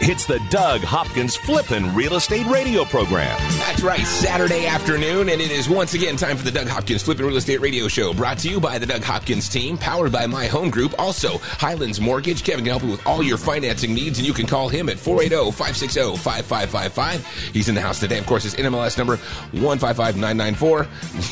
It's the Doug Hopkins Flippin' Real Estate Radio Program. That's right, Saturday afternoon, and it is once again time for the Doug Hopkins Flippin' Real Estate Radio Show, brought to you by the Doug Hopkins team, powered by My Home Group, also Highlands Mortgage. Kevin can help you with all your financing needs, and you can call him at oh, 480 560 5555. He's in the house today. Of course, his NMLS number 155994.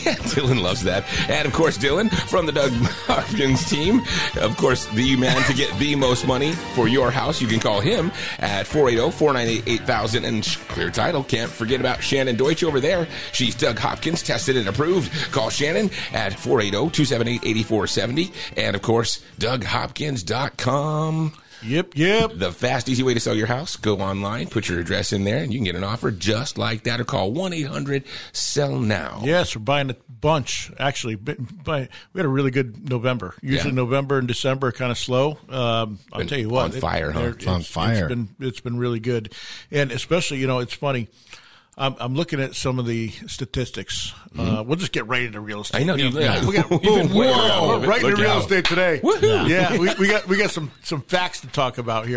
Yeah, Dylan loves that. And of course, Dylan from the Doug Hopkins team, of course, the man to get the most money for your house. You can call him at at oh, 480-498-8000 and clear title. Can't forget about Shannon Deutsch over there. She's Doug Hopkins, tested and approved. Call Shannon at oh, 480-278-8470 and of course, DougHopkins.com. Yep, yep. The fast, easy way to sell your house. Go online, put your address in there, and you can get an offer just like that. Or call 1 800 Sell Now. Yes, we're buying a bunch. Actually, but- but we had a really good November. Usually, Yeah. November and December are kind of slow. Um, I'll Been tell you what, on fire, huh? there- It's on fire. It's been it's been really good, and especially you know it's funny. I'm, I'm looking at some of the statistics. Uh, we'll just get right into real estate. Mm-hmm. I know, You you- yeah. we got We've boom, been way around whoa, of it. right into Look real out. estate today. Woohoo. Yeah, we, we got we got some some facts to talk about here.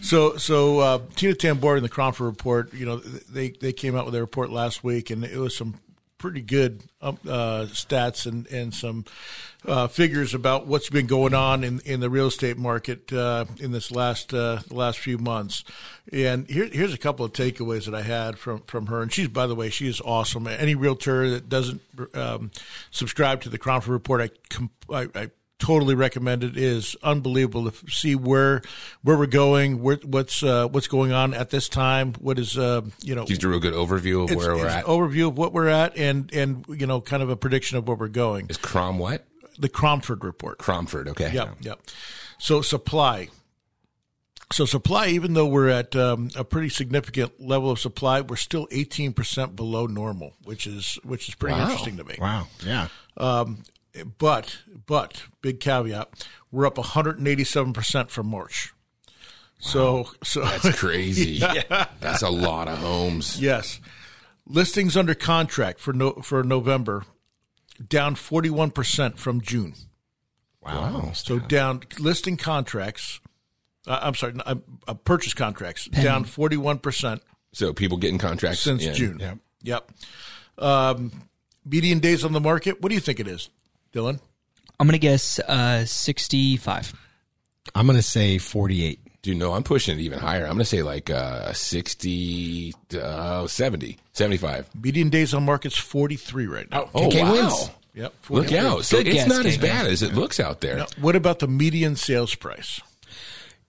So so uh, Tina Tambor and the Cromford report, you know, they they came out with their report last week, and it was some pretty good um, uh, stats and and some uh, figures about what's been going on in in the real estate market uh, in this last uh, the last few months. And here, here's a couple of takeaways that I had from from her. And she's by the way, she is awesome. Any realtor that doesn't um, subscribe to the Cromford report, I, com- I, I totally recommend it. It is unbelievable to see where where we're going, where, what's uh, what's going on at this time, what is uh, you know Gives you a real good overview of it's- where we're it's at. overview of what we're at and and you know kind of a prediction of where we're going. Is Crom what? The Cromford report. Cromford, okay. Yep, yep. So supply. So supply, even though we're at um, a pretty significant level of supply, we're still eighteen percent below normal, which is which is pretty interesting to me. Wow. Yeah. But but big caveat, we're up one hundred and eighty seven percent from March. So so That's crazy. That's a lot of homes. yes, listings under contract for no, for November down forty one percent from June. Wow. So down listing contracts. Uh, I'm sorry, uh, uh, purchase contracts down 41 percent So people getting contracts since in. June. Yep. Um, median days on the market. What do you think it is, Dylan? I'm gonna guess uh, 65. I'm going to say 48. Dude, no, I'm pushing it even higher. I'm going to say like uh, 60, uh, 70, 75. Median days on market's 43 right now. Oh, KK wow. wins. Yep. Look 43. out. So Good it's guess, not as KK. bad as it looks out there. Now, what about the median sales price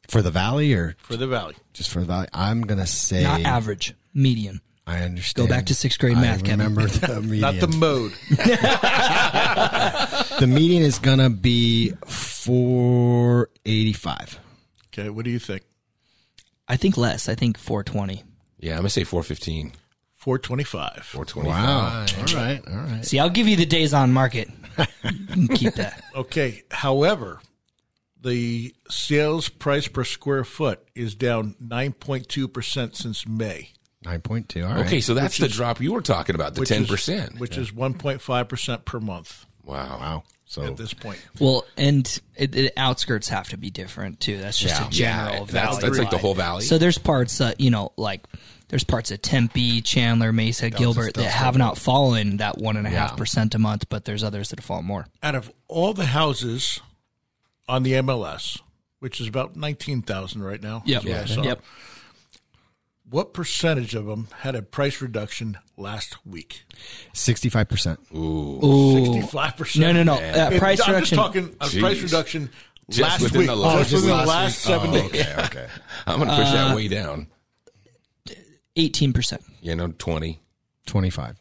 For the Valley or for the Valley? just for the Valley? I'm going to say. Not average, median. I understand. Go back to sixth grade I math, Kevin. remember the median. Not the mode. the median is going to be 485. okay. What do you think? I think less. I think 420. Yeah, I'm going to say 415, 425. 425. All right. All right. See, I'll give you the days on market. You can keep that. Okay. However, the sales price per square foot is down 9.2% since May. 9.2. All right. Okay, so that's the drop you were talking about, the which 10%. is, which is 1.5% per month wow. Wow. So Oh. at this point. Well, and it, the outskirts have to be different too. That's just Yeah. a general Yeah, that's, valley. that's like the wide. whole valley. So there's parts that you know, like there's parts of Tempe, Chandler, Mesa, Gilbert that have not fallen that one and a half percent a month, but there's others that have fallen more. Out of all the houses on the MLS, which is about 19,000 right now, is what I saw, Yep. what percentage of them had a price reduction last week? 65%. Ooh. 65%. No, no, no. Uh, If- price I'm reduction. just talking a price Jeez. reduction Just last within week. Oh, the last- just within the last seven Oh, days. Uh, Okay. Okay. I'm going to push that way down. Eighteen percent. You know, 20. 25.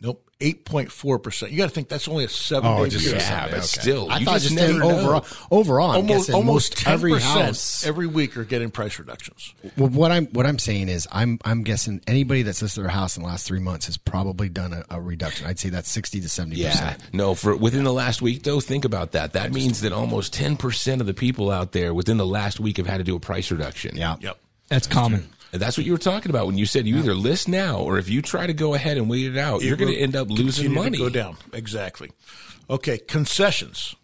Nope. eight point four percent. You got to think that's only a seven Oh, day just period. a yeah, seven. but Okay. still, I you thought just just never in know. overall. Overall, I'm almost guessing almost most ten every percent house. every week are getting price reductions. well, what I'm what I'm saying is, I'm I'm guessing anybody that's listed their house in the last three months has probably done a, a reduction. I'd say that's sixty to seventy Yeah. percent. No, for within the last week though, think about that. That means that almost 10% of the people out there within the last week have had to do a price reduction. Yeah. Yep. That's common. And that's what you were talking about when you said you either list now or if you try to go ahead and wait it out, you're going will to end up losing money. continue to go down exactly. Okay, concessions,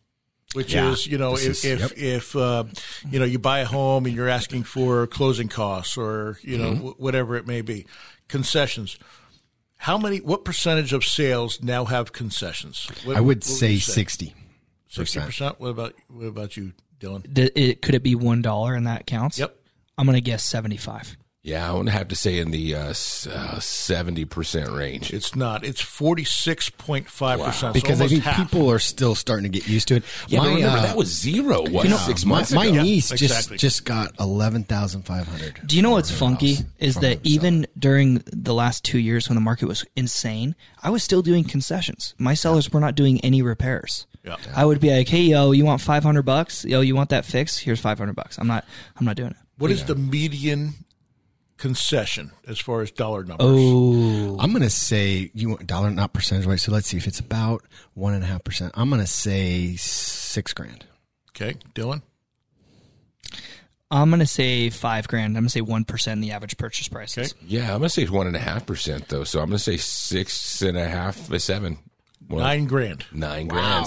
which Yeah. is you know if This is- if, yep. if uh, you know you buy a home and you're asking for closing costs or you know Mm-hmm. wh- whatever it may be, concessions. How many? What percentage of sales now have concessions? What, I would what say you sixty. sixty percent. What about what about you, Dylan? Th- it, could it be one dollar and that counts? Yep. I'm gonna guess seventy five. Yeah, I would have to say in the uh, s- uh, 70% range. It's not. It's forty six point five percent. Because I think people are still starting to get used to it. Yeah, but remember uh, that was zero what, six months my, my ago. niece Yeah, just exactly. just got eleven thousand five hundred. Do you know what's funky is that even during the last two years when the market was insane, I was still doing concessions. My sellers were not doing any repairs. Yeah. I would be like, "Hey, yo, you want five hundred bucks? Yo, you want that fixed? Here's five hundred bucks." I'm not, I'm not doing it. What is the median concession as far as dollar numbers? Oh, I'm gonna say you want dollar not percentage wise. So let's see if it's about one and a half percent. I'm gonna say six grand. Okay, Dylan. I'm gonna say five grand. I'm gonna say one percent in the average purchase prices. Yeah, I'm going to say it's 1.5%, though. So I'm going to say six and a half, uh, seven. Well, Nine grand. Nine grand.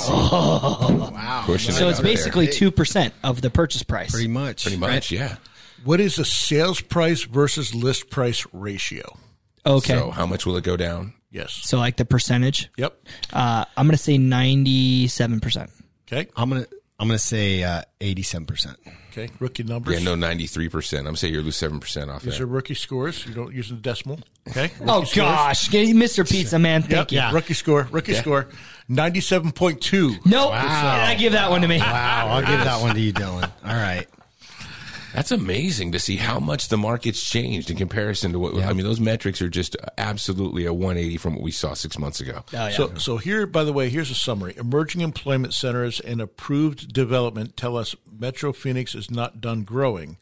wow. Pushing So it it's out there. basically two percent of the purchase price. Pretty much. Pretty much, yeah. What is the sales price versus list price ratio? Okay, So how much will it go down? Yes. so like the percentage. Yep. Uh, I'm gonna say ninety-seven percent. Okay. I'm gonna I'm gonna say eighty seven percent. Okay. Rookie Yeah, numbers. no, 93%. I'm going to say you're lose 7% off These that. are rookie scores. You don't use the decimal. Okay. Oh Rookie scores. gosh, Get- Mr. Pizza Man, Yep. thank you. Rookie score. Rookie score. Ninety-seven point two. Nope, I give that one to me. Wow, I'll give that one to you, Dylan. All right. That's amazing to see how much the market's changed in comparison to what, I mean, those metrics are just absolutely a 180 from what we saw six months ago. Oh, yeah. So, so here, by the way, here's a summary. Emerging employment centers and approved development tell us Metro Phoenix is not done growing.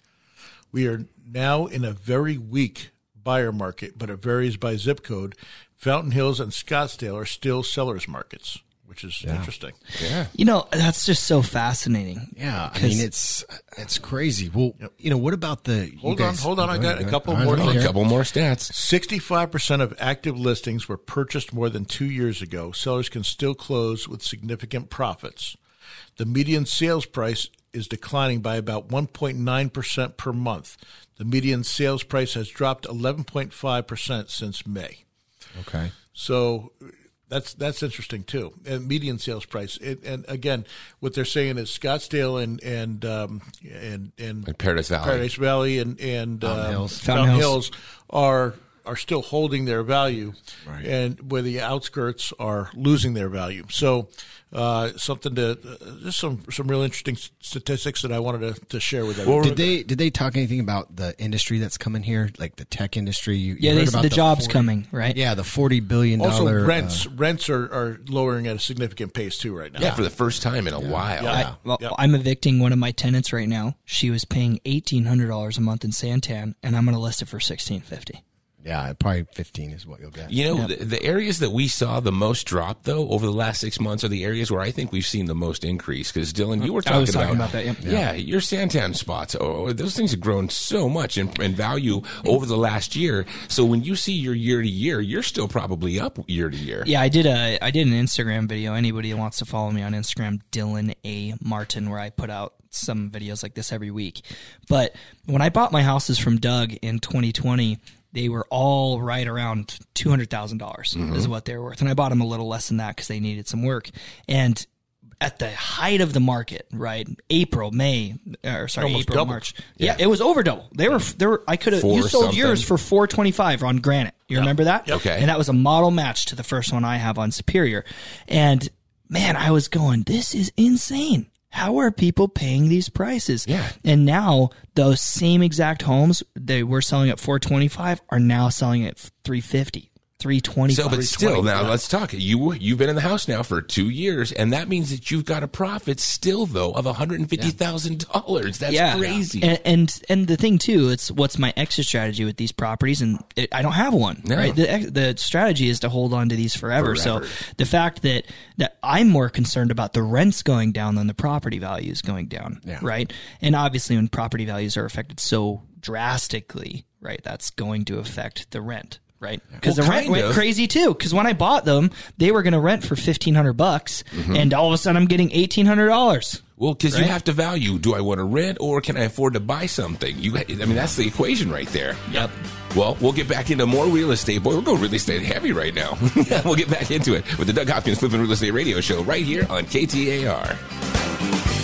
We are now in a very weak buyer market, but it varies by zip code. Fountain Hills and Scottsdale are still sellers markets, which is interesting. you know, that's just so fascinating. Yeah, I 'Cause- mean it's it's crazy. Well, you know what about the? you Hold on, guys- hold on, I Go got ahead, a go ahead. couple All right, more I'm to Oh, A here. couple more stats. 65% of active listings were purchased more than two years ago. Sellers can still close with significant profits. The median sales price is declining by about 1.9% per month. The median sales price has dropped 11.5% since May. Okay. So that's that's interesting too. And median sales price. It, and again, what they're saying is Scottsdale and and um, and and Like Paradise Valley. Paradise Valley and and uh, Hills. Fountain Fountain Hills. Hills are are still holding their value, and where the outskirts are losing their value. So, uh, something to uh, just some some real interesting s- statistics that I wanted to, to share with everyone. Did they did they talk anything about the industry that's coming here, like the tech industry? You, you Yeah, heard they about said the jobs 40 coming, right? Yeah, the forty billion dollar. uh, also, rents rents are, are lowering at a significant pace too right now. Yeah, for the first time in a while. I, well, Yep. I'm evicting one of my tenants right now. She was paying eighteen hundred dollars a month in Santan, and I'm going to list it for sixteen fifty. yeah, probably fifteen is what you'll get. You know, the, the areas that we saw the most drop, though, over the last six months are the areas where I think we've seen the most increase. Because, Dylan, you were talking, I was talking about that, yeah. Yeah, your Santan spots, oh, those things have grown so much in, in value over the last year. So when you see your year to year, you're still probably up year to year. Yeah, I did a I did an Instagram video. Anybody who wants to follow me on Instagram, Dylan A Martin, where I put out some videos like this every week. But when I bought my houses from Doug in 2020, they were all right around two dollars is what they're worth, and I bought them a little less than that because they needed some work. And at the height of the market, right? April, May, or sorry, Almost April, doubled. March. Yeah. it was over double. They were there. Were, I could have Four you sold something. yours for four twenty five on Granite. You remember that? Okay. And that was a model match to the first one I have on Superior. And man, I was going, this is insane. How are people paying these prices? Yeah. And now those same exact homes they were selling at 425 are now selling at 350. 325. So, but still, now let's talk. You you've been in the house now for two years, and that means that you've got a profit still though of one hundred and fifty thousand dollars. That's crazy. And, and and the thing too, it's what's my exit strategy with these properties, and it, I don't have one. No. Right, the, ex- the strategy is to hold on to these forever. Forever. So the fact that that I'm more concerned about the rents going down than the property values going down. Yeah. Right, and obviously when property values are affected so drastically, right, that's going to affect the rent. Right, because Well, the rent kind went of. crazy too. Because when I bought them, they were going to rent for fifteen hundred bucks, Mm-hmm. and all of a sudden I'm getting eighteen hundred dollars. Well, because you have to value: do I want to rent or can I afford to buy something? You, I mean, that's the equation right there. Yep. Well, we'll get back into more real estate. Boy, we're going real estate heavy right now. we'll get back into it with the Doug Hopkins Flipping Real Estate Radio Show right here on KTAR.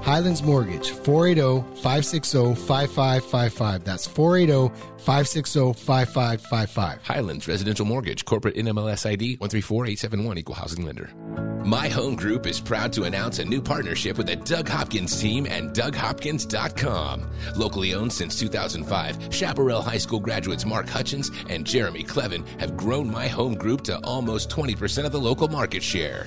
Highlands Mortgage, oh, 480 560 5555. That's oh, 480 560 5555. Highlands Residential Mortgage, corporate NMLS ID 134871, equal housing lender. My Home Group is proud to announce a new partnership with the Doug Hopkins team and DougHopkins.com. Locally owned since 2005, Chaparral High School graduates Mark Hutchins and Jeremy Clevin have grown My Home Group to almost 20% of the local market share.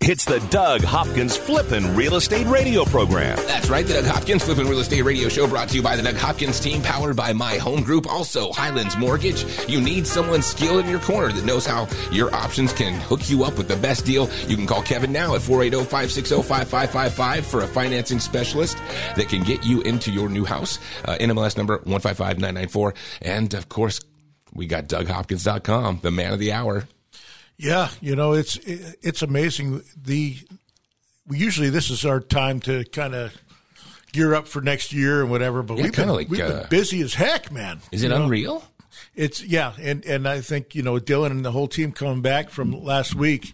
It's the Doug Hopkins Flippin' Real Estate Radio Program. That's right, the Doug Hopkins Flipping Real Estate Radio Show brought to you by the Doug Hopkins team, powered by My Home Group, also Highlands Mortgage. You need someone skilled in your corner that knows how your options can hook you up with the best deal. You can call Kevin now at oh, 480 560 5555 for a financing specialist that can get you into your new house. Uh, NMLS number 155994. And of course, we got DougHopkins.com, the man of the hour. Yeah, you know it's it, it's amazing. The we usually this is our time to kind of gear up for next year and whatever. But Yeah, we've been kinda like, we've uh, been busy as heck, man. Is it You know? unreal? It's yeah, and and I think you know Dylan and the whole team coming back from last week.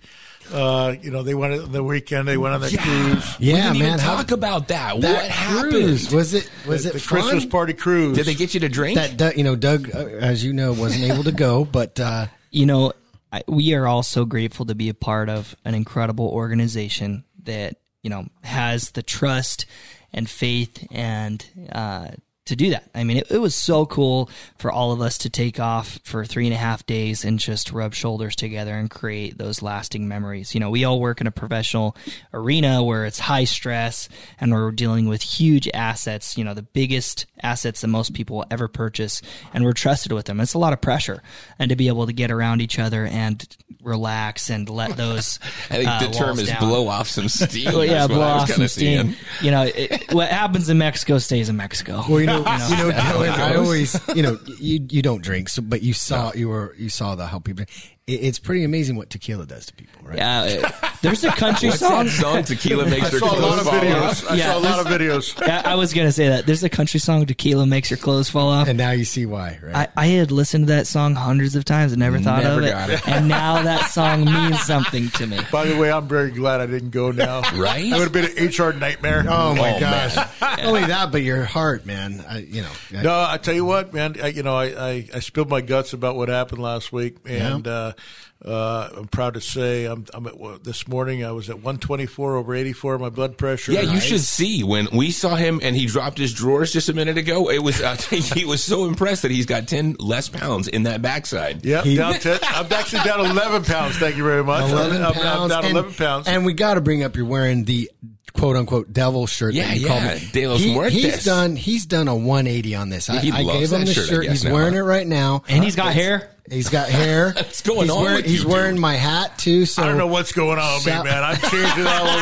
Uh, you know they went on the weekend. They went on their cruise. We didn't Yeah, man. Even how- talk about that. that what happened? cruise was it was the it fun? Christmas party cruise? Did they get you to drink? that Doug, you know Doug, uh, as you know, wasn't able to go, but uh, you know, I, we are all so grateful to be a part of an incredible organization that you know has the trust and faith and uh, to do that. I mean, it, it was so cool for all of us to take off for three and a half days and just rub shoulders together and create those lasting memories. You know, we all work in a professional arena where it's high stress and we're dealing with huge assets. You know, the biggest assets that most people will ever purchase, and we're trusted with them. It's a lot of pressure, and to be able to get around each other and relax and let those. I think uh, the term walls is down. blow off some steam. Well, yeah, That's what blow I was off kinda some steam. seeing. You know, it, what happens in Mexico stays in Mexico. well, you know, you know, how it Dylan, I goes. always, you know, you you don't drink, so but you saw you were you saw the how people. It, it's pretty amazing what tequila does to people, right? Yeah, it- there's a country What's that song. song? Tequila I makes your saw a lot clothes of fall videos. off. I Yeah, saw a lot of videos. Yeah, I was gonna say that. There's a country song. Tequila makes your clothes fall off. And now you see why, right? I, I had listened to that song hundreds of times and never thought Never of it. got it. And now that song means something to me. By the way, I'm very glad I didn't go now. Right? That would have been an HR nightmare. oh my Oh, gosh! man. Not only that, but your heart, man. I, you know, I- No, I tell you what, man. I, you know, I, I, I spilled my guts about what happened last week, and uh, uh, I'm proud to say I'm, I'm at well, this morning. I was at 124 over 84. My blood pressure. Yeah, you should see when we saw him and he dropped his drawers just a minute ago. It was uh, he was so impressed that he's got ten less pounds in that backside. Yep, down to, I'm actually down 11 pounds. Thank you very much. 11 I'm, I'm pounds. down and, 11 pounds. And we got to bring up you're wearing the quote unquote devil shirt Yeah, that you yeah, called me. de los Muertes. He's done he's done a 180 on this. I, he I loves gave him that the shirt, I shirt. guess, He's now, wearing huh? it right now. And he's got hair. He's got hair. What's going he's on Wearing, with he's you, wearing dude? my hat too. So I don't know what's going on with me, Shout- man. I'm changing all over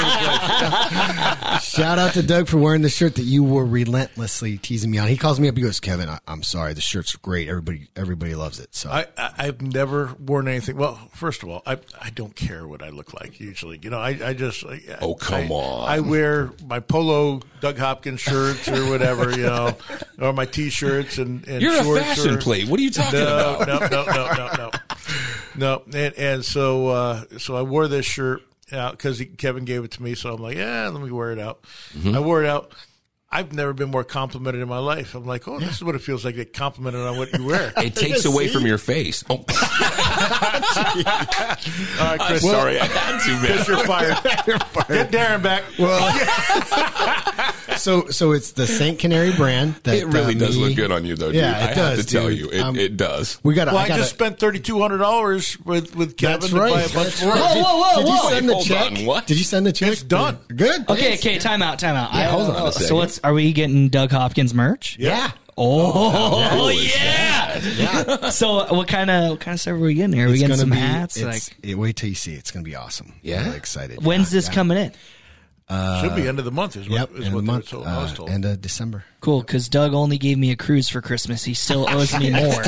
the place. Shout out to Doug for wearing the shirt that you were relentlessly teasing me on. He calls me up. He goes, Kevin, I, I'm sorry. The shirt's great. Everybody, everybody loves it. So I, I, I've never worn anything. Well, first of all, I, I don't care what I look like usually. You know, I, I just. I, Oh, come I- on. I wear my polo Doug Hopkins shirts or whatever, you know, or my t shirts and, and You're a shorts fashion or- plate. What are you talking about? no, no, no, no, no, no, no. And, and so, uh, so I wore this shirt out because Kevin gave it to me. So I'm like, yeah, let me wear it out. Mm-hmm. I wore it out. I've never been more complimented in my life. I'm like, oh, this is what it feels like to get complimented on what you wear. It takes away from your face. Oh, All right, I'm Chris, sorry, I had to, man. Chris, you're fired. Get Darren back. Well, so so it's the Saint Canary brand. That, It really uh, does me- look good on you, though. Yeah, dude. it I does, have to tell dude. you, it, Um, it does. We got. well, I, gotta, just spent thirty two hundred dollars with with Kevin That's to right. buy a bunch That's more. Whoa, right. whoa, whoa, Did you whoa. send the Hold check? on, what? Did you send the check? It's done. Good. Okay, thanks. okay, time out, time out. I Yeah, hold don't on a know. second. So what's are we getting Doug Hopkins merch? Yeah. Oh, how cool is yeah. yeah. So what kind of what kind of stuff are we getting here? Are we It's getting gonna some be- hats? Like it's- Ah, it- wait till you see. it. It's going to be awesome. Yeah? I'm really excited. when's this coming in? Should be end of the month is what, Yep, is what end of they the were month, told. I was uh, told. end of December. Cool, because Doug only gave me a cruise for Christmas. He still owes me more.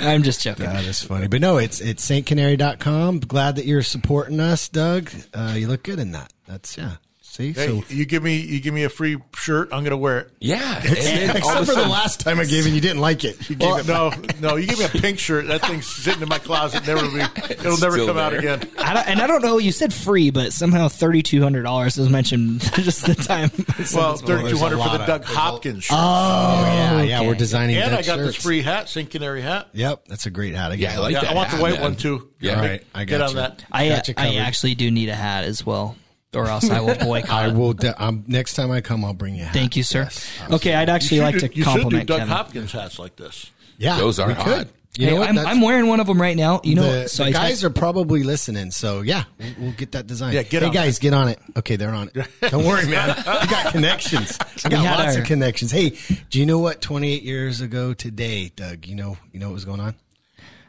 I'm just joking. That is funny, but no, it's it's saintcanary.com. Glad that you're supporting us, Doug. Uh, you look good in that. That's yeah. See, Hey, so you give me you give me a free shirt, I'm gonna wear it. Yeah, and then all of a except for the sudden- last time I gave it, you didn't like it. You gave Well, it no, no, you give me a pink shirt. That thing's sitting in my closet. Never be. It'll never still come out there. again. I don't, and I don't know. You said free, but somehow thirty two hundred dollars is mentioned just the time. Well, thirty two hundred there's a for the lot Doug of- Hopkins shirt, Oh yeah, yeah. okay. We're designing. and Doug I got this shirts. free hat, St. Canary hat. Yep, that's a great hat. I Yeah, I got like it. Yeah, that. I want the hat, white man. one too. Yeah. All right, I get on got you. that. I uh, Got you I covered. actually do need a hat as well, or else I will boycott. I will. De- um, next time I come, I'll bring you. A hat. Thank you, sir. Yes. okay, I'd actually You like should do- to you should do compliment Doug Kevin. Hopkins hats like this. Yeah, Those are we hot. could. You Hey, know what? I'm, That's- I'm wearing one of them right now. You know, the, so the I guys are probably listening, so yeah, we'll- we'll get that design. Yeah, get hey on guys, get on it. Okay, they're on it. Don't worry, man. I got connections. I got We had lots our- of connections. Hey, do you know what? Twenty eight years ago today, Doug. You know, you know what was going on?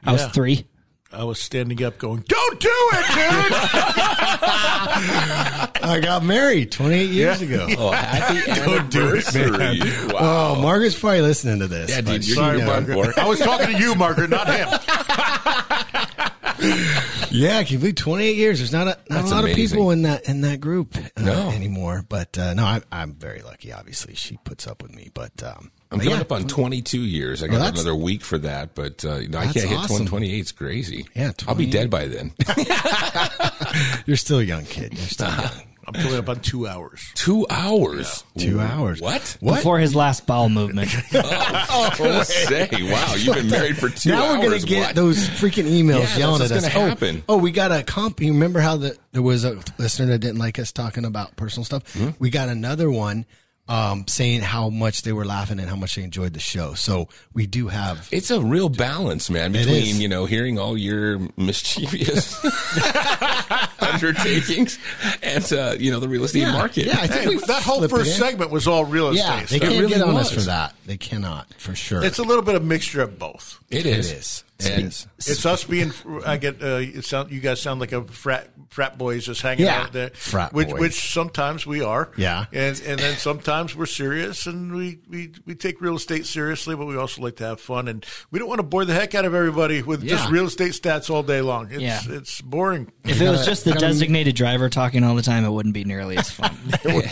I was Yeah. three. I was standing up going, Don't do it, dude! I got married 28 years ago. Oh, happy anniversary! wow. Oh, Margaret's probably listening to this. Yeah, but dude, she you're sorry, knows. bud. Margaret. I was talking to you, Margaret, not him. Yeah, can you believe 28 years? There's not a not That's a lot of amazing. people in that in that group uh, No. anymore. But uh, no, I, I'm very lucky. Obviously, she puts up with me. But um, I'm but coming yeah, up on 22 years. I Well, got that's- another week for that, but uh, you know, I That's can't hit awesome. 128. It's crazy. Yeah, I'll be 28. dead by then. You're still a young kid. You're still young. I'm coming up on two hours. Two hours. Two hours. What? What? Before his last bowel movement. Oh, I was gonna say, wow, you've been married for two now hours. we're gonna get What? those freaking emails Yeah, yelling that's at what's us. gonna Oh, happen. Oh, we got a comp. You remember how the, there was a listener that didn't like us talking about personal stuff? Mm-hmm. We got another one um, saying how much they were laughing and how much they enjoyed the show. So we do have. It's a real balance, man, between, is. you know, hearing all your mischievous undertakings and, uh, you know, the real estate market. Yeah, I think Hey, we that whole slipped it first in. segment was all real estate. Yeah, they stuff. can't really get on was. us for that. They cannot for sure. It's a little bit of mixture of both. It it is. is. It And is. It's us being. I get. Uh, it sound, you guys sound like a frat frat boys just hanging Yeah. out there. Frat which, boys. which sometimes we are. Yeah. and and then sometimes we're serious, and we, we we take real estate seriously, but we also like to have fun, and we don't want to bore the heck out of everybody with just Yeah. real estate stats all day long. It's Yeah. it's boring. If it was gotta- just the you gotta- designated driver talking all the time, it wouldn't be nearly as fun.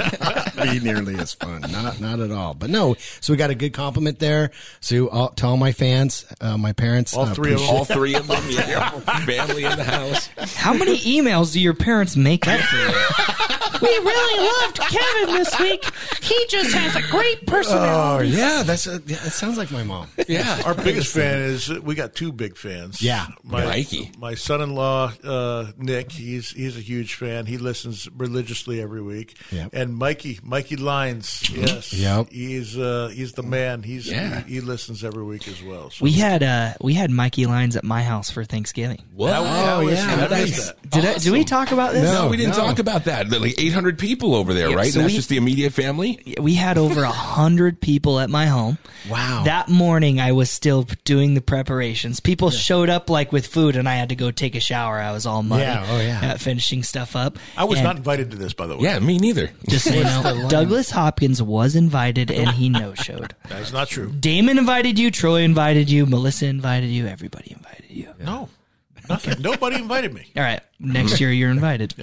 be nearly as fun. Not not at all. But no, so we got a good compliment there. So all, to all my fans, uh, my parents, All uh, three of them. all three of them, yeah, family in the house. How many emails do your parents make up for you? We really loved Kevin this week. He just has a great Oh personality. yeah, that's a, yeah, it. Sounds like my mom. Yeah. Our biggest fan is uh, we got two big fans. Yeah. my Mikey. my son-in-law uh, Nick. He's he's a huge fan. He listens religiously every week. Yep. Mm-hmm. And Mikey, Mikey Lines. Yes. Yep. He's uh, he's the man. He's Yeah. he, he listens every week as well. So We had uh, we had Mikey Lines at my house for Thanksgiving. What? How is Oh, yeah. that? Nice. Is that? Did I, do we talk about this? No, we didn't Oh, No. talk about that. There are like 800 people over there, Yeah, right? so and that's we- just the immediate family? we had over a hundred people at my home. Wow. That morning, I was still doing the preparations. People showed up like with food, and I had to go take a shower. I was all muddy. Yeah, oh, yeah. at finishing stuff up. I was And not invited to this, by the way. Yeah, me neither. Just so you know, Douglas Hopkins was invited, and he no showed. That's not true. Damon invited you. Troy invited you. Melissa invited you. Everybody invited you. No, nothing. Nobody invited me. All right, next year you're invited.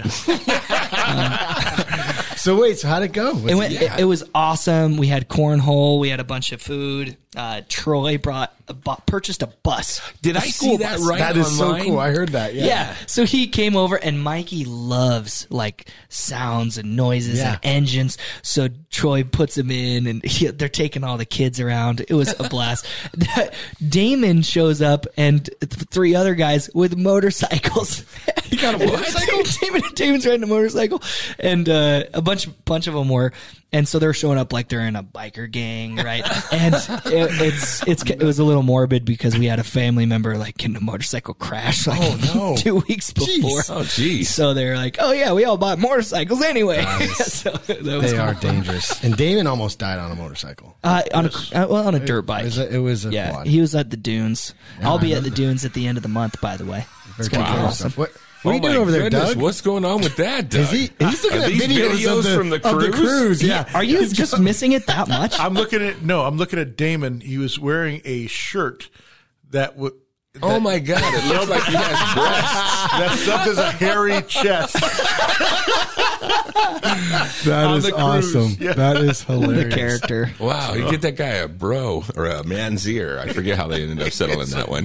So wait, so how'd it go? Was It it- went. It, it was awesome. We had cornhole. We had a bunch of food. Uh, Troy brought a bu- purchased a bus. Did I I see that right that is online? so cool. I heard that. Yeah. Yeah. So he came over, and Mikey loves like sounds and noises and Yeah. engines. So Troy puts him in, and he, they're taking all the kids around. It was a blast. Damon shows up, and th- three other guys with motorcycles. He got a motorcycle. Damon, Damon's riding a motorcycle, and uh, a bunch bunch of them were. And so they're showing up like they're in a biker gang, right? And it, it's it's it was a little morbid because we had a family member like in a motorcycle crash like Oh, no. two weeks before. Oh, jeez. So they're like, oh yeah, we all bought motorcycles anyway. so that was They are cool. dangerous. And Damon almost died on a motorcycle. Uh, on a uh, well on a dirt It bike. was a, it was a yeah, quad. he was at the dunes. I'll I be at remember. the dunes at the end of the month, by the way. Very dangerous stuff. What, what are you Oh, doing my over there, goodness, Doug? What's going on with that, Doug? Is he? He's looking Are at these videos, of the, from the of cruise. Yeah. Are you just missing it that much? I'm looking at no. I'm looking at Damon. He was wearing a shirt that would. Oh my God! It looks like he has breasts. That stuff is a hairy chest. That on is the cruise, awesome. yeah. That is the hilarious. character. Wow! You get that guy a bro or a man's ear. I forget how they ended up settling that one.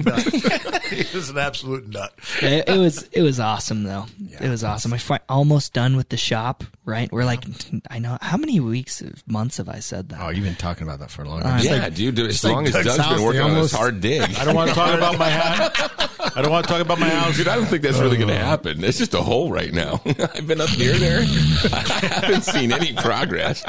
he is an absolute nut. it, it was it was awesome though. it was awesome. I fi- almost done with the shop. Right, we're like, I know how many weeks, months have I said that? Oh, you've been talking about that for a long Uh, time. yeah, dude. As like long as Doug's Doug's house, been they working on this almost- hard dig, I don't want to talk about my house. I don't want to talk about my house. dude, I don't think that's really going to happen. It's just a hole right now. I've been up near there. I haven't seen any progress.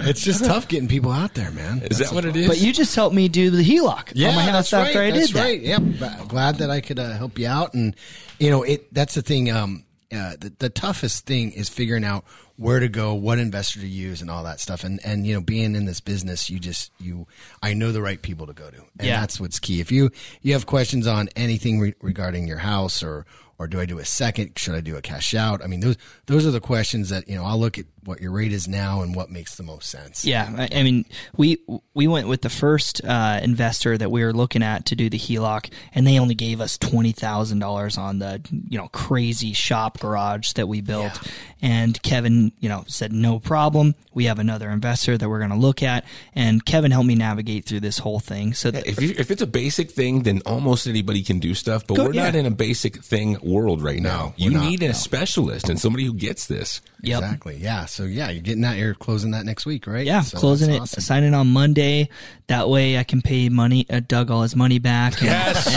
It's just tough getting people out there, man. Is that what it is? But you just helped me do the E HELOC Yeah, on Oh my house that's right. after I that's did that. right. Yep. Uh, Glad that I could uh, help you out, and you know, it. That's the thing. Um, uh, the, the toughest thing is figuring out where to go, what investor to use, and all that stuff. And and you know, being in this business, you just you I know the right people to go to, and Yeah. that's what's key. If you you have questions on anything re- regarding your house or or do I do a second? Should I do a cash out? I mean, those those are the questions that you know. I'll look at what your rate is now and what makes the most sense. Yeah, I, I mean, we we went with the first uh, investor that we were looking at to do the HELOC, and they only gave us twenty thousand dollars on the you know crazy shop garage that we built. And Kevin, you know, said no problem. We have another investor that we're going to look at, and Kevin helped me navigate through this whole thing. So th- If, you, if it's a basic thing, then almost anybody can do stuff. But Go- we're not yeah. in a basic thing world right now. we're You not, need a specialist and somebody who gets this. yep. Exactly. Yeah. So yeah, you're getting that. You're closing that next week, right? Yeah, So closing that's it, awesome. signing on Monday. That way, I can pay money, uh, Doug all his money back, and,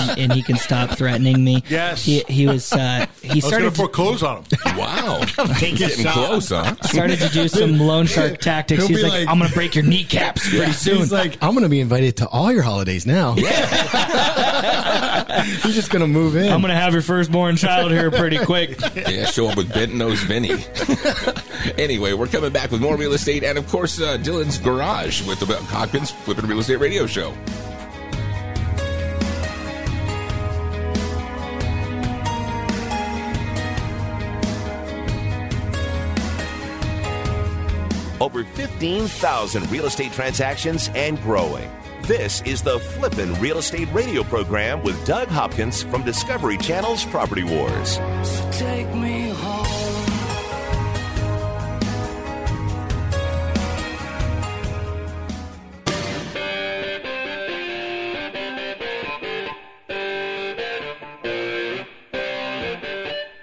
and, and he can stop threatening me. Yes. he, he was. Uh, he I was going started to foreclose on him. Wow, Take his getting shot. close, huh? started to do some loan shark tactics. He'll He's be like, like- I'm gonna break your kneecaps pretty soon. He's like, I'm going to be invited to all your holidays now. Yeah. He's just going to move in. I'm gonna have your firstborn child here pretty quick. Yeah, show up with bent nose Vinny. anyway, we're coming back with more real estate and, of course, uh, Dylan's Garage with the Hopkins Flipping Real Estate Radio Show. Over 15,000 real estate transactions and growing. This is the Flippin' Real Estate Radio program with Doug Hopkins from Discovery Channel's Property Wars. Take me home.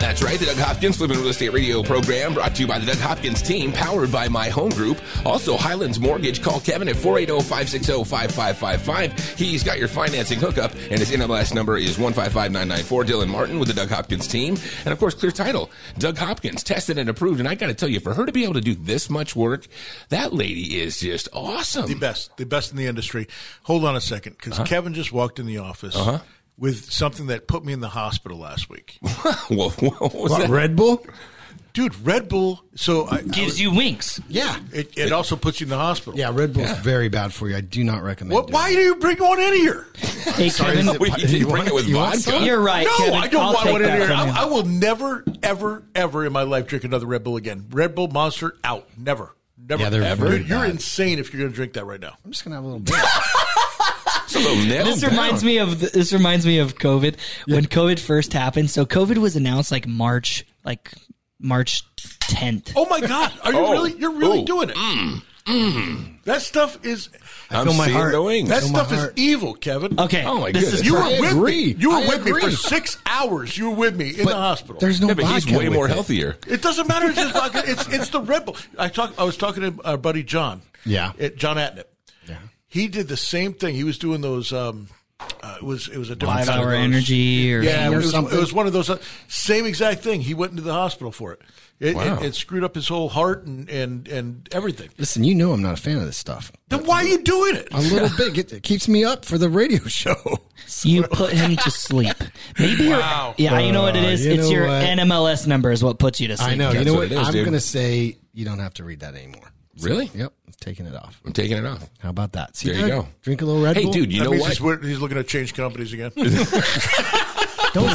That's right, the Doug Hopkins Flipping Real Estate Radio program brought to you by the Doug Hopkins team, powered by My Home Group. Also, Highlands Mortgage. Call Kevin at 480 560 5555. He's got your financing hookup, and his NMLS number is 155994. Dylan Martin with the Doug Hopkins team. And, of course, clear title Doug Hopkins, tested and approved. And I got to tell you, for her to be able to do this much work, that lady is just awesome. The best, the best in the industry. Hold on a second, because Kevin just walked in the office with something that put me in the hospital last week. Whoa, whoa, what was What, that? Red Bull? Dude, Red Bull. So I, Gives you winks. Yeah. it, it also puts you in the hospital. Yeah, Red Bull's very bad for you. I do not recommend What, it. why do you bring one in here? Hey Kevin, Wait, you didn't bring it with you want vodka? some? you're right. no, Kevin. I don't I'll want take one in that here. from I, you. I will never, ever, ever in my life drink another Red Bull again. Red Bull Monster out. Never. Never. Yeah, they're ever. very Dude, you're bad. insane if you're going to drink that right now. I'm just going to have a little bit. It's a little nailed this down. reminds me of this reminds me of COVID when COVID first happened. So COVID was announced like March, like March 10th. Oh my God. Are you Oh. really? You're really Ooh. Mm. doing it. That stuff is. I'm feel my seeing heart. the wings. That feel my stuff is heart. evil, Kevin. Okay, Oh my this goodness. is You were I with agree. me. You were I with me for agree. six hours. You were with me in the hospital. There's no Yeah, but he's vodka way with more it. healthier. It doesn't matter. It's, just like, it's it's the Red Bull. I talk. I was talking to our buddy John. Yeah. At John Atnip. Yeah. He did the same thing. He was doing those. Um, uh, it was it was a different five kind of hour those- energy or Yeah, or it was, something. it was one of those. uh, Same exact thing. He went into the hospital for it. It, Wow. it, it screwed up his whole heart and and and everything. Listen, you know I'm not a fan of this stuff. Then why are you doing it? A little bit get, it keeps me up for the radio show. You put him to sleep. Maybe your Wow. yeah, you know what it is. you it's know your what? NMLS number is what puts you to sleep. I know. You That's know what what? it is, I'm dude. going to say you don't have to read that anymore. Really? Yep, I'm taking it off. I'm taking it off. How about that? See, There you Doug? go. Drink a little Red Hey, Bull. dude, you That know means what? He's, weird- he's looking to change companies again. Don't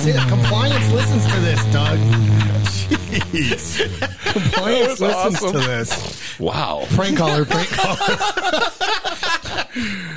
say that. Compliance listens to this, Doug. Jeez. Compliance listens to this. Wow. Prank caller, prank caller.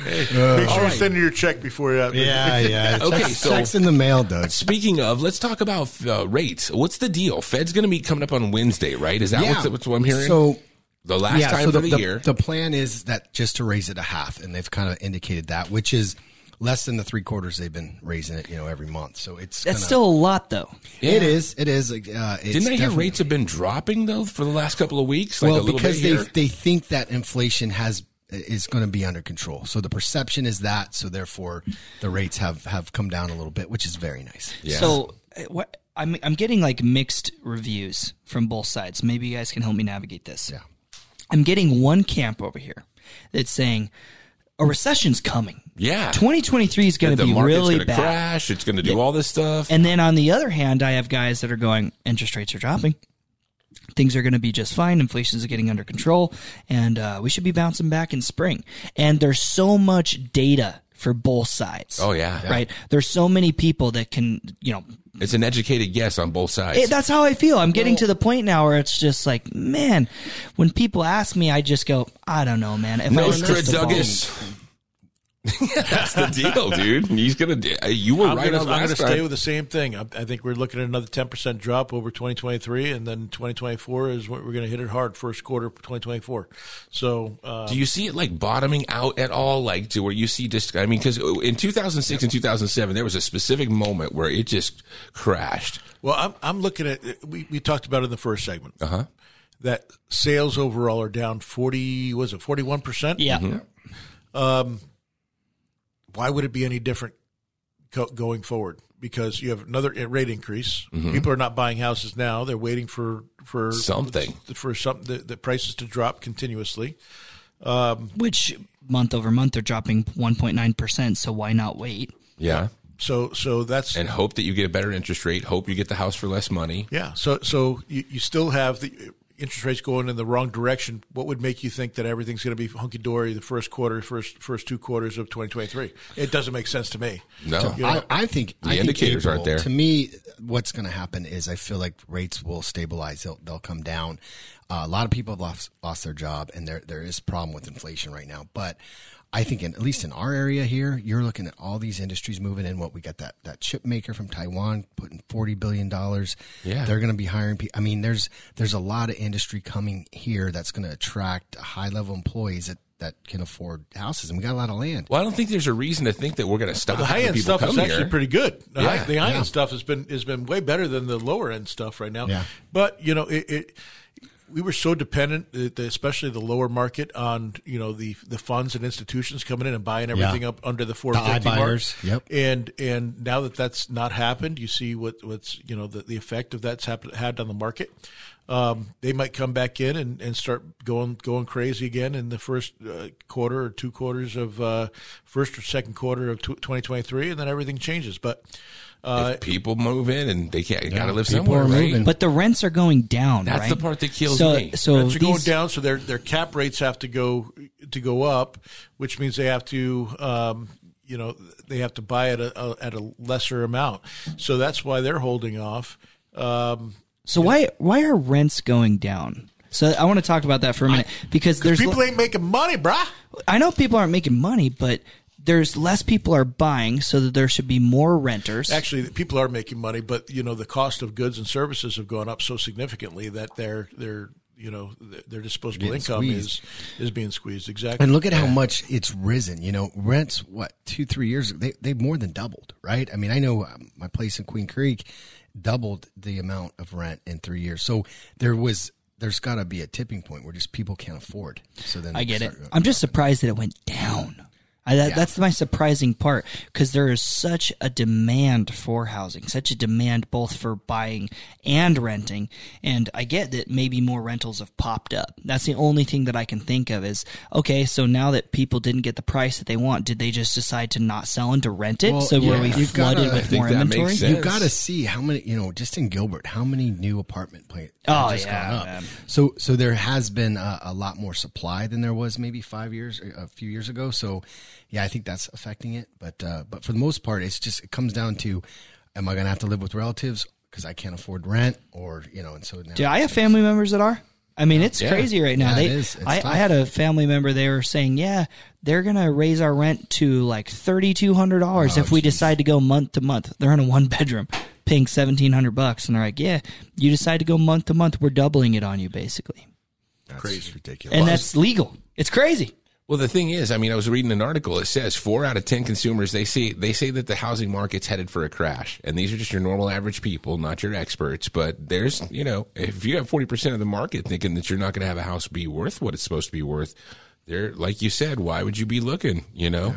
Make sure you send her your check before that. Yeah, yeah. Okay, Checks, so- checks in the mail, Doug. Speaking of, let's talk about uh, rates. What's the deal? Fed's going to meet coming up on Wednesday, right? Is that what's, what's what I'm hearing? So the last yeah, time so for the, the, the- year. the plan is that just to raise it a half, and they've kind of indicated that, which is less than the three quarters they've been raising it, you know, every month. So it's That's gonna- still a lot though. it is it is. like, Uh, it's Didn't I hear definitely- rates have been dropping though for the last couple of weeks? Well, like a little because bit they here? they think that inflation has is going to be under control. So the perception is that. So therefore, the rates have have come down a little bit, which is very nice. Yeah. So uh, what I'm I'm getting like mixed reviews from both sides. Maybe you guys can help me navigate this. Yeah. I'm getting one camp over here that's saying a recession's coming. Yeah. 2023 is going to the be market's really gonna bad. crash. It's going to do all this stuff. And then on the other hand, I have guys that are going, interest rates are dropping. Things are going to be just fine. Inflation is getting under control, and uh, we should be bouncing back in spring. And there's so much data for both sides. Oh, yeah. right. There's so many people that can, you know, it's an educated guess on both sides. it, that's how I feel. I'm getting to the point now where it's just like, man, when people ask me, I just go, I don't know, man. If I was crystal ball- Nostradugus. That's the deal, dude. He's gonna. do- uh, You were I'm right gonna, on I'm gonna last stay time. with the same thing. I, I think we're looking at another 10% drop over 2023, and then 2024 is what we're going to hit it hard first quarter of 2024. So, uh, Do you see it like bottoming out at all? Like to where you see just, I mean, because in 2006 and 2007, there was a specific moment where it just crashed. well, I'm, I'm looking at, we, we talked about it in the first segment Uh-huh. that sales overall are down 40, was it 41%? Yeah. why would it be any different co- going forward? Because you have another rate increase. Mm-hmm. People are not buying houses now; they're waiting for for Something. for something the, the prices to drop continuously. Which month over month they're dropping 1.9 percent. So why not wait? Yeah. So so that's And hope that you get a better interest rate. Hope you get the house for less money. yeah. So so you, you still have the interest rates going in the wrong direction. What would make you think that everything's going to be hunky dory the first quarter, first first two quarters of 2023? It doesn't make sense to me. No. I, I think The I think indicators aren't there. To me, what's going to happen is I feel like rates will stabilize. They'll, they'll come down. Uh, a lot of people have lost, lost their job, and there there is a problem with inflation right now. But I think, in, at least in our area here, you're looking at all these industries moving in. What we got that that chip maker from Taiwan putting forty billion dollars. Yeah. they're going to be hiring people. I mean, there's there's a lot of industry coming here that's going to attract high level employees that that can afford houses, and we got a lot of land. Well, I don't think there's a reason to think that we're going to stop The high having end people stuff come is actually here. pretty good. The high, Yeah, the high yeah. end stuff has been has been way better than the lower end stuff right now. Yeah. But you know it. it we were so dependent, uh, the- especially the lower market, on you know the the funds and institutions coming in and buying everything up under the four fifty mark. iBuyers, yep. And and now that that's not happened, you see what what's you know the, the effect of that's happened, had on the market. Um, they might come back in and, and start going going crazy again in the first uh, quarter or two quarters of uh, first or second quarter of twenty twenty three, and then everything changes. But uh, If people move in and they can't, got to live people somewhere, are right? moving. But the rents are going down. That's right? the part that kills so, me. So rents are going these- down, so their their cap rates have to go to go up, which means they have to. Um, you know they have to buy at a, a at a lesser amount, so that's why they're holding off. Um, So why why are rents going down? So I want to talk about that for a minute because there's people le- ain't making money, bruh. I know people aren't making money, but there's less people are buying, so that there should be more renters. Actually, people are making money, but you know the cost of goods and services have gone up so significantly that their their you know their disposable Getting income squeezed. is is being squeezed. Exactly. And look at how much it's risen. You know, rents what two, three years they they more than doubled, right? I mean, I know um, my place in Queen Creek doubled the amount of rent in three years. So there was there's got to be a tipping point where just people can't afford. So then I they get it. start uh, going- I'm just surprised that it went down. I, that, That's my surprising part because there is such a demand for housing, such a demand both for buying and renting. And I get that maybe more rentals have popped up. That's the only thing that I can think of is okay, so now that people didn't get the price that they want, did they just decide to not sell and to rent it? Well, so were yeah. we You've gotta- flooded I with think more that makes inventory? sense. you got to see how many you know just in Gilbert how many new apartment plants Oh, just yeah, gone up. man. So so there has been a, a lot more supply than there was maybe five years a few years ago. So yeah, I think that's affecting it. But uh, but for the most part, it's just it comes down to am I going to have to live with relatives because I can't afford rent or you know and so now Do I have family members that are? I mean, it's crazy right now. Yeah, they, it is. It's I, tough. I had a family member. They were saying, "Yeah, they're gonna raise our rent to like thirty two hundred dollars Oh, if we decide to go month to month." They're in a one bedroom, paying seventeen hundred bucks, and they're like, "Yeah, you decide to go month to month, we're doubling it on you, basically." that's crazy ridiculous. And that's legal. It's crazy. Well, the thing is, I mean, I was reading an article. It says four out of ten consumers they say they say that the housing market's headed for a crash, and these are just your normal average people, not your experts. But there's, you know, if you have forty percent of the market thinking that you're not going to have a house be worth what it's supposed to be worth, there, like you said, why would you be looking? You know,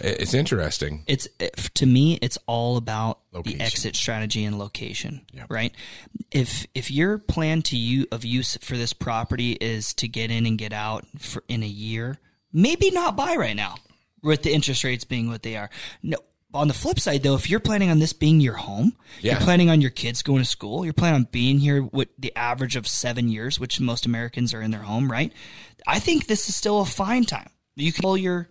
I- it's interesting. it's if- to me it's all about Location. the exit strategy and location right if if your plan to you of use for this property is to get in and get out for in a year maybe not buy right now with the interest rates being what they are. No. On the flip side, though, if you're planning on this being your home, Yeah. you're planning on your kids going to school, you're planning on being here with the average of seven years, which most Americans are in their home, right? I think this is still a fine time. You can pull your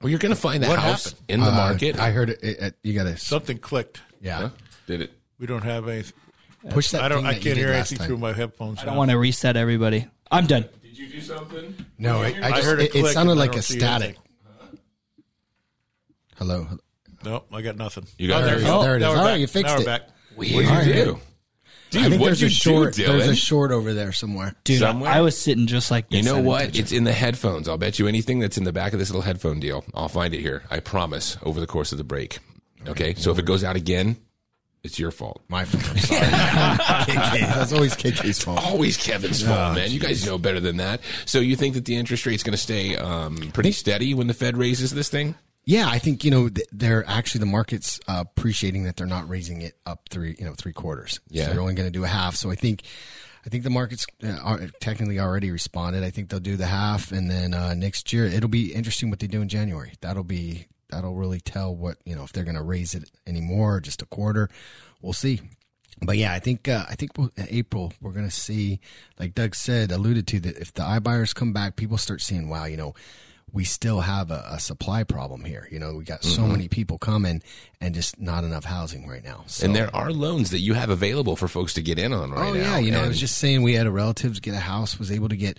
Well, you're going to find that What house happened? in the Uh, market. I heard it. it, it- you got to Something clicked. yeah. Huh? Did it? We don't have anything. Push that. I don't. thing I that you can't did hear last anything time. through my headphones. I don't want to reset everybody. I'm done. Did you do something? No, I, I, just, heard a it, it click sounded and I like don't a see static. anything. Hello. hello. Nope, I got nothing. You got There it. it is. Oh, there it is. now All we're right, back. you fixed Now we're it. back. What All right. would you do? I Dude, think what there's you a short. do, Dylan? there's a short over there somewhere. Dude, Somewhere? I was sitting just like this. You know I didn't what? touch it. It's in the headphones. I'll bet you anything that's in the back of this little headphone deal. I'll find it here. I promise over the course of the break. Okay. So if it goes out again, it's your fault. My fault. I'm sorry. KK. That's always KK's fault. Always Kevin's Ah, fault, man. You guys know better than that. So you think that the interest rate's going to stay um, pretty steady when the Fed raises this thing? Yeah, I think you know th- they're actually the market's uh, appreciating that they're not raising it up three, you know, three quarters. Yeah. so they're only going to do a half. So I think, I think the markets uh, are technically already responded. I think they'll do the half, and then uh, next year it'll be interesting what they do in January. That'll be that'll really tell what you know if they're going to raise it anymore, or just a quarter. We'll see. But yeah, I think uh, I think we'll, in April we're going to see, like Doug said, alluded to that if the iBuyers come back, people start seeing, wow, you know, we still have a, a supply problem here. You know, we got so many people coming and just not enough housing right now. So, And there are loans that you have available for folks to get in on right oh now. yeah, you know, I And was just saying we had a relatives get a house was able to get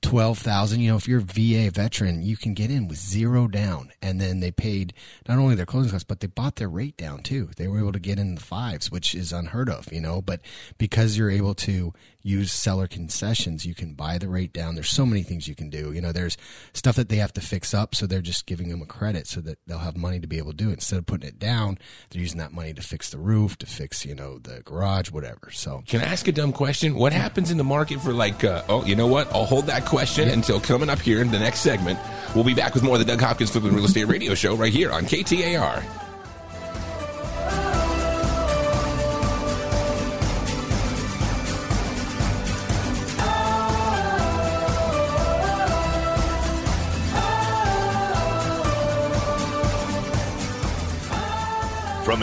twelve thousand. You know, if you're a VA veteran, you can get in with zero down, and then they paid not only their closing costs, but they bought their rate down too. They were able to get in the fives, which is unheard of, you know. But because you're able to use seller concessions, you can buy the rate down. There's so many things you can do. You know, there's stuff that they have to fix up, so they're just giving them a credit so that they'll have money to be able to do it instead of putting it down. They're using that money to fix the roof, to fix you know the garage, whatever. So. Can I ask a dumb question? What happens in the market for like, uh, oh, you know what? I'll hold that question until coming up here in the next segment. We'll be back with more of the Doug Hopkins Flipping Real Estate Radio Show right here on KTAR. From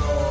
home.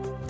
With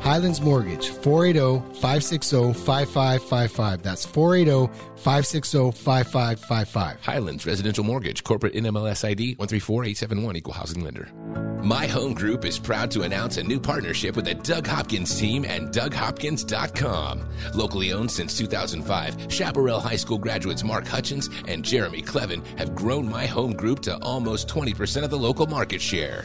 Highlands Mortgage, oh, 480 560 5555. That's oh, 480 560 5555. Highlands Residential Mortgage, corporate NMLS ID 134871, equal housing lender. My Home Group is proud to announce a new partnership with the Doug Hopkins team and DougHopkins.com. Locally owned since 2005, Chaparral High School graduates Mark Hutchins and Jeremy Clevin have grown My Home Group to almost 20% of the local market share.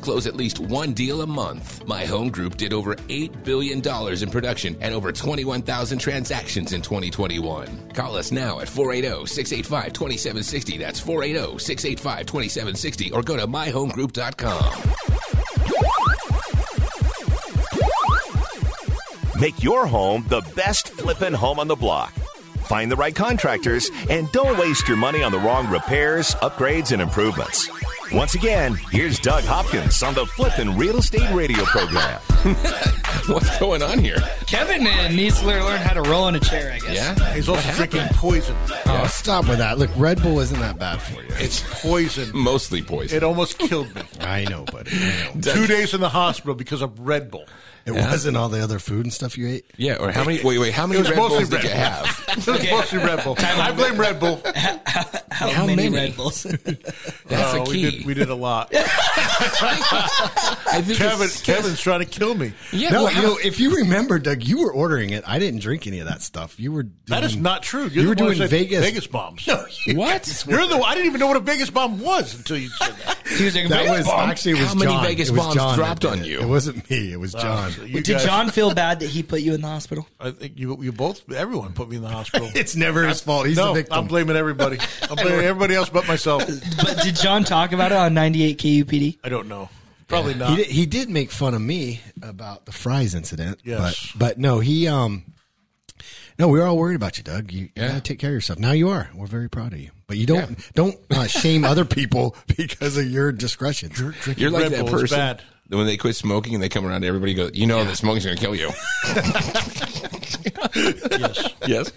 close at least one deal a month. My Home Group did over $8 billion in production and over 21,000 transactions in 2021. Call us now at oh, 480 685 2760. That's oh, 480 685 2760 or go to myhomegroup.com. Make your home the best flippin' home on the block. Find the right contractors and don't waste your money on the wrong repairs, upgrades, and improvements. Once again, here's Doug Hopkins on the Flippin' Real Estate Radio program. What's going on here? Kevin uh, needs to learn how to roll in a chair, I guess. Yeah? He's also drinking poison. Oh, stop with that. Look, Red Bull isn't that bad for you. It's poison. Mostly poison. It almost killed me. I know, buddy. I know. Two days in the hospital because of Red Bull. It wasn't all the other food and stuff you ate. Yeah, or how many? Wait, wait, how It many was Red mostly Bulls Red did you Bull. Uh, have? It was mostly Red Bull. I blame Red Bull. How, How many, many? Red Bulls? That's Oh, a We key. did, we did a lot. I think Kevin, it's- Kevin's trying to kill me. Yeah, No, well, you know, if you remember, Doug, you were ordering it. I didn't drink any of that stuff. You were. Doing, That is not true. You're you were the one doing who said Vegas. Vegas bombs. what? You're the. I didn't even know what a Vegas bomb was until you said that. He was like, That "Vegas was bomb." actually it was How many John. Vegas It was bombs John that dropped did on it. you? It wasn't me. It was Um, John. So you Did guys- John feel bad that he put you in the hospital? I think you, you both, everyone put me in the hospital. it's never his fault. He's the no, victim. I'm blaming everybody. I'm blaming everybody else but myself. But did John talk about it on 98 KUPD? I don't know. Probably he not. did, he did make fun of me about the fries incident. Yes. But, but no, he um no, we were all worried about you, Doug. You, you Yeah. gotta take care of yourself. Now you are. We're very proud of you. But you don't don't uh, shame other people because of your discretion. You're like Red that Bull is person bad. that when they quit smoking and they come around to everybody goes, you know that smoking's going to kill you. Yes. yes.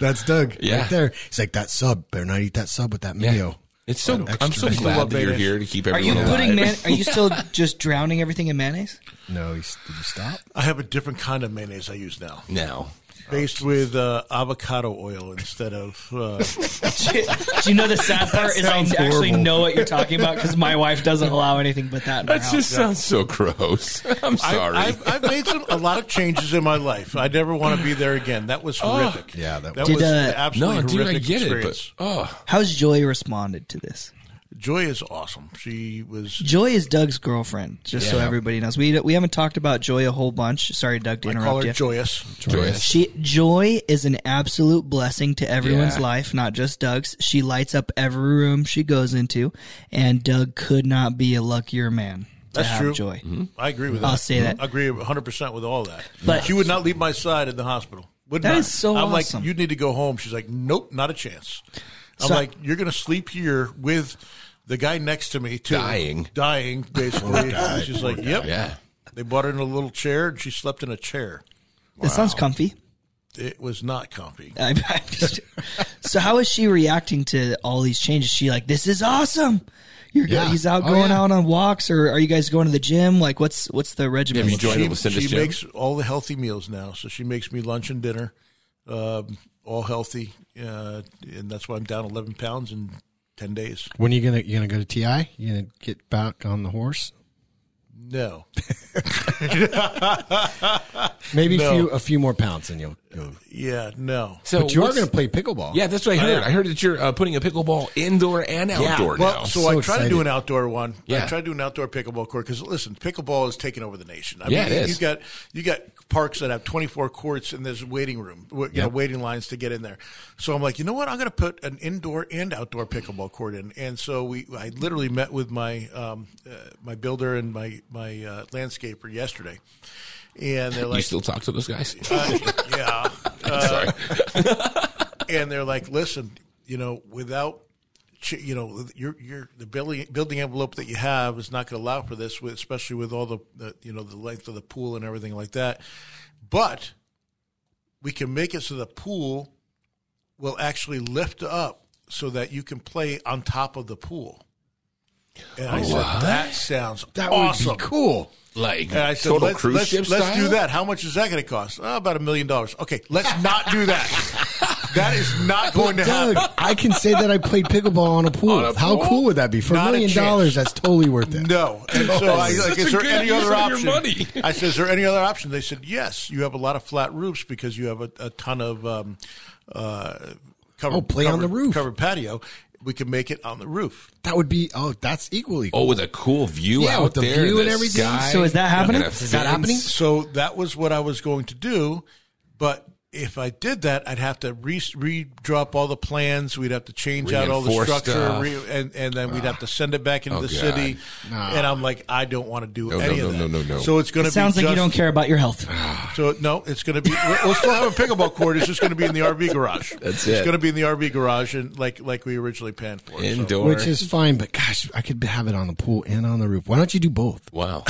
That's Doug Yeah. right there. He's like that sub. Better not eat that sub with that mayo. It's so I'm so Extra. glad love that you're Vegas. here to keep Are you everyone alive. putting man? Are you still just drowning everything in mayonnaise? No, he's, did you stop? I have a different kind of mayonnaise I use now, now. based with uh, avocado oil instead of. Uh, do you- do you know the sad part is I sounds actually horrible. know what you're talking about because my wife doesn't allow anything but that in her That house. just sounds so gross. I'm sorry. I, I've, I've made some a lot of changes in my life. I never want to be there again. That was horrific. Oh. Yeah, that that was- was, Did, an uh, absolutely no, dude, I horrific get experience. it, but oh, How's Joy responded to this? Joy is awesome. She was Joy is Doug's girlfriend, just so Yeah. everybody knows. We we haven't talked about Joy a whole bunch. Sorry, Doug, to I interrupt call her you. joyous. joyous. She Joy is an absolute blessing to everyone's Yeah. life, not just Doug's. She lights up every room she goes into, and Doug could not be a luckier man to That's have true. Joy. Mm-hmm. I agree with that. I'll say that. I agree 100% with all that. But- she would not leave my side in the hospital. Would That not. is so I'm awesome. like, you need to go home. She's like, nope, not a chance. I'm So- like, you're going to sleep here with the guy next to me, too. Dying. Dying, basically. She's like, yep. Yeah. They bought her in a little chair, and she slept in a chair. That sounds comfy. It was not comfy. I, I'm just, so how is she reacting to all these changes? She like this is awesome. You're go- Yeah. he's out Oh, going yeah. out on walks, or are you guys going to the gym? Like what's what's the regimen? Have you look like? joined the she Lucinda's gym? makes all the healthy meals now, so she makes me lunch and dinner, um, all healthy, uh, and that's why I'm down 11 pounds in 10 days. When are you gonna you gonna go to TI? You gonna get back on the horse? No, Maybe a No. few a few more pounds and you'll, you'll yeah, no. So But you are what's- gonna Oh, play pickleball. Yeah, that's what I heard. I heard that you're uh, putting a pickleball indoor and outdoor now. Well, so, I tried So to excited. do an outdoor one. Yeah. I tried to do an outdoor pickleball court because listen, pickleball is taking over the nation. I Yeah, mean, it you- is. You got you got parks that have 24 courts and there's waiting room, w- you know, waiting lines to get in there. So I'm like, you know what? I'm going to put an indoor and outdoor pickleball court in. And so we, I literally met with my um, uh, my builder and my my uh, landscaper yesterday, and they're you like, still talk to those guys? uh, yeah. Uh, Sorry. and they're like, listen, you know, without ch- you know, your your the building building envelope that you have is not going to allow for this, with- especially with all the, the you know the length of the pool and everything like that. But we can make it so the pool will actually lift up so that you can play on top of the pool. And I said, that sounds Oh, That awesome. would be cool. Like And I said, total let's, cruise let's, ship let's style? do that. How much is that going to cost? Oh, about a million dollars. Okay, let's not do that. that is not going to Doug, happen. I can say that I played pickleball on a pool. On a How pool? cool would that be? For Not a a million chance. dollars, that's totally worth it. No. And so I That's such like, a is there good any use other of your option? money. I said, is there any other option? They said, yes. You have a lot of flat roofs because you have a, a ton of um, uh, covered, Oh, play on covered- the roof. covered patio. We can make it on the roof. That would be, oh, that's equally cool. Oh, with a cool view Yeah, out with the there, view the and everything. sky, So is that happening? and a Is that fence. happening? So that was what I was going to do, but if I did that, I'd have to re- redraw up all the plans. We'd have to change out all the Reinforce structure, stuff. and and then we'd have to send it back into Oh, the God. city. Nah. And I'm like, I don't want to do No, no, any no, of that. no, no, no. So it's going to It sounds be like you just- don't care about your health. So no, it's going to be. We'll we'll still have a pickleball court. It's just going to be in the RV garage. That's It's it. going to be in the RV garage, and like like we originally planned for. so. Indoor. Which is fine, but gosh, I could have it on the pool and on the roof. Why don't you do both? wow.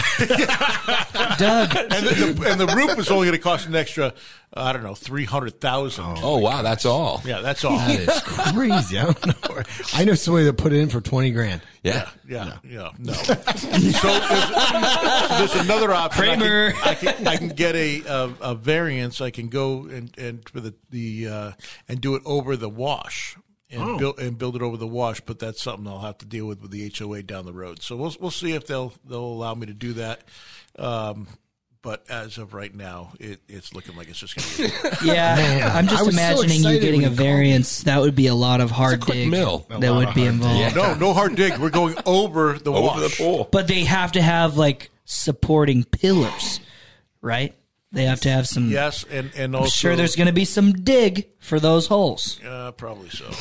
Doug, And the, the, and the roof is only going to cost an extra, I don't know, three hundred thousand. Oh wow, that's all. Yeah, that's all. That is crazy. I don't know. I know somebody that put it in for 20 grand. Yeah. Yeah, yeah, no. so, there's, so there's another option. Kramer. I can, I can, I can get a, a a variance. I can go and and for the the uh, and do it over the wash and Oh. build and build it over the wash. But that's something I'll have to deal with with the HOA down the road. So we'll we'll see if they'll they'll allow me to do that. Um, but as of right now, it, it's looking like it's just going to be. yeah, I'm I just was so imagining you excited getting when a you called me. variance. That would be a lot of hard quick dig mill. that would be involved. No, no hard dig. We're going over the wash. Over the pool. But they have to have like supporting pillars, right? They have to have some. Yes, and and also I'm sure there's going to be some dig for those holes. Uh, probably so.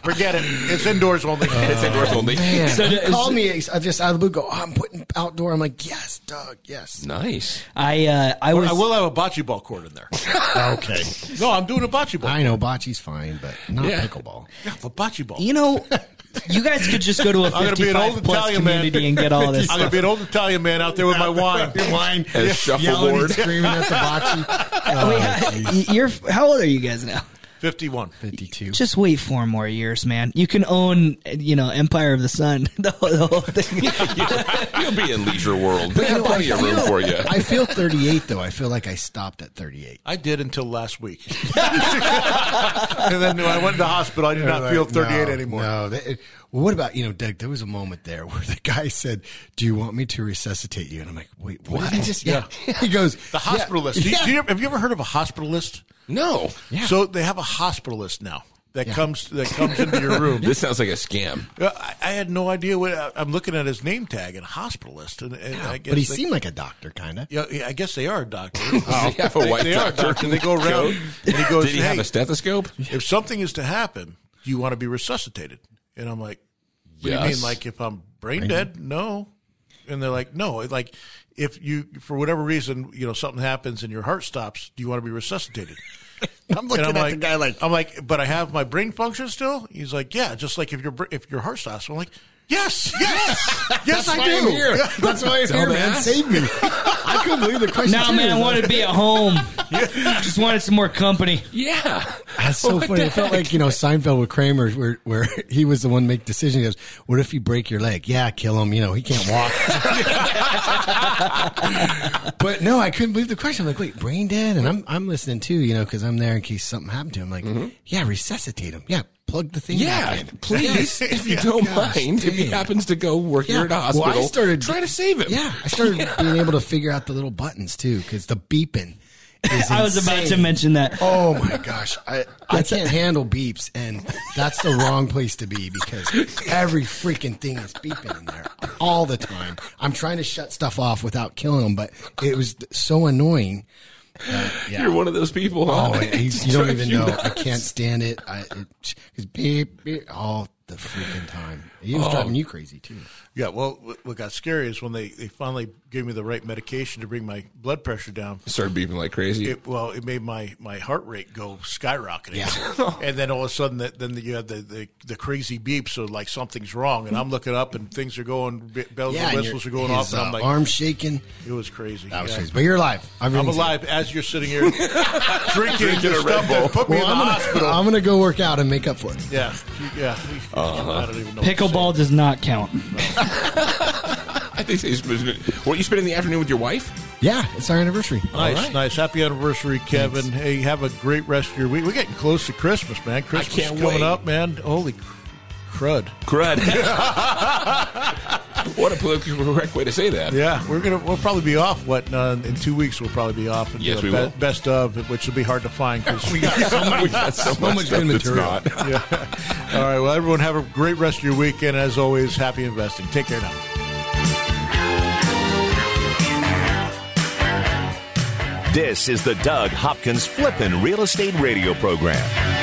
Forget it. It's indoors Uh, only. It's indoors only. So do- Call me I just out of the blue. Go. Oh, I'm putting outdoor. I'm like, yes, Doug. Yes. Nice. I uh, I was I will have a bocce ball court in there. okay. No, I'm doing a bocce ball. I know bocce's fine, but not Yeah. pickleball. Yeah, a bocce ball. you know, you guys could just go to a I'm gonna be an 55 old plus Italian man. community and get all this. I'm gonna be an old Italian man out there with my wine. wine. And a Yelling and shuffleboard. screaming at the bocce. Uh, Wait, you're how old are you guys now? Fifty-one. 52. Just wait four more years, man. You can own, you know, Empire of the Sun, the whole, the whole thing. You'll be in leisure world. They You have know, plenty I of room feel- for you. I feel 38 though. I feel like I stopped at 38. I did until last week, and then when I went to the hospital, I did not feel 38 No, anymore. No. That, it- well, what about you know, Doug? There was a moment there where the guy said, "Do you want me to resuscitate you?" And I'm like, "Wait, what?" Did he just yeah. he goes, The hospitalist. Do you- do you- have you ever heard of a hospitalist? No. So they have a hospitalist now that comes that comes into your room. This sounds like a scam. Uh, I, I had no idea what I- I'm looking at his name tag and hospitalist, and, and I guess But he they- seemed like a doctor, kind of. Yeah, yeah, I guess they are a doctor. They have a Oh. They- white they are a doctor. doctor. They go around and he goes, Did he have "Hey, a stethoscope? if something is to happen, do you want to be resuscitated?" And I'm like, "What do you Yes. mean? Like if I'm brain dead? No." And they're like, "No, It's like if you for whatever reason, you know, something happens and your heart stops, do you want to be resuscitated?" I'm looking and I'm at like, the guy like, I'm like, but I have my brain function still. He's like, yeah, just like if your br- if your heart stops. I'm like, yes, yes, yes, I why do. I'm here. That's why I'm here, man. Dumbass. Save me. I couldn't believe the question. Nah, too. man, I wanted to be at home. Just wanted some more company. Yeah. That's Oh, so What funny. the It felt like you know Seinfeld with Kramer, where where he was the one to make decisions. He goes, "What if you break your leg? Yeah, kill him. You know he can't walk." but no, I couldn't believe the question. I'm like, "Wait, brain dead?" And I'm I'm listening too, you know, because I'm there in case something happened to him. Like, yeah, resuscitate him. Yeah, plug the thing. Mm-hmm. Yeah, back in. please, Yeah. if you don't Gosh, mind, if he dang. happens to go work here Yeah. at a hospital, Well, I started try to save him. Yeah, I started being able to figure out the little buttons too, because the beeping. Is I was about to insane. mention that. Oh my gosh, I, I can't handle beeps, and that's the wrong place to be because every freaking thing is beeping in there all the time. I'm trying to shut stuff off without killing them, but it was so annoying. Uh, yeah. You're one of those people. Huh? Oh, it- he's- you don't Drives even know. nuts. I can't stand it. I it, it's beep, beep all the freaking time. He Oh. was driving you crazy too. Yeah, well, what- what got scary is when they, they finally gave me the right medication to bring my blood pressure down. Started beeping like crazy. It, well, it made my, my heart rate go skyrocketing, and then all of a sudden, that then you had the, the, the crazy beep, so like something's wrong, and I'm looking up and things are going, be- bells and and whistles are your- going off, his, and uh, I'm like, arm shaking. it was crazy. That was Yeah. crazy. But you're alive. I'm Everything's- alive as you're sitting here drinking, Drinking a the Red stuff Bull. that put me Well, in the I'm gonna, hospital. I'm gonna go work out and make up for it. yeah, yeah. Uh-huh. I don't even know. what to say. Pickleball does not count. I think they spent- weren't you spending the afternoon with your wife? Yeah, it's our anniversary. Nice, nice. Happy anniversary, Kevin. Hey, have a great rest of your week. We're getting close to Christmas, man. Christmas can't coming wait. up, man. Holy cr- crud! Crud. what a politically correct way to say that. Yeah, we're gonna we'll probably be off. What uh, in two weeks we'll probably be off. And do Yes, a we will. Best of, which will be hard to find. 'cause- We got so, much stuff good that's material. not. Yeah. All right. Well, everyone have a great rest of your weekend. As always, happy investing. Take care now. This is the Doug Hopkins Flippin' Real Estate Radio Program.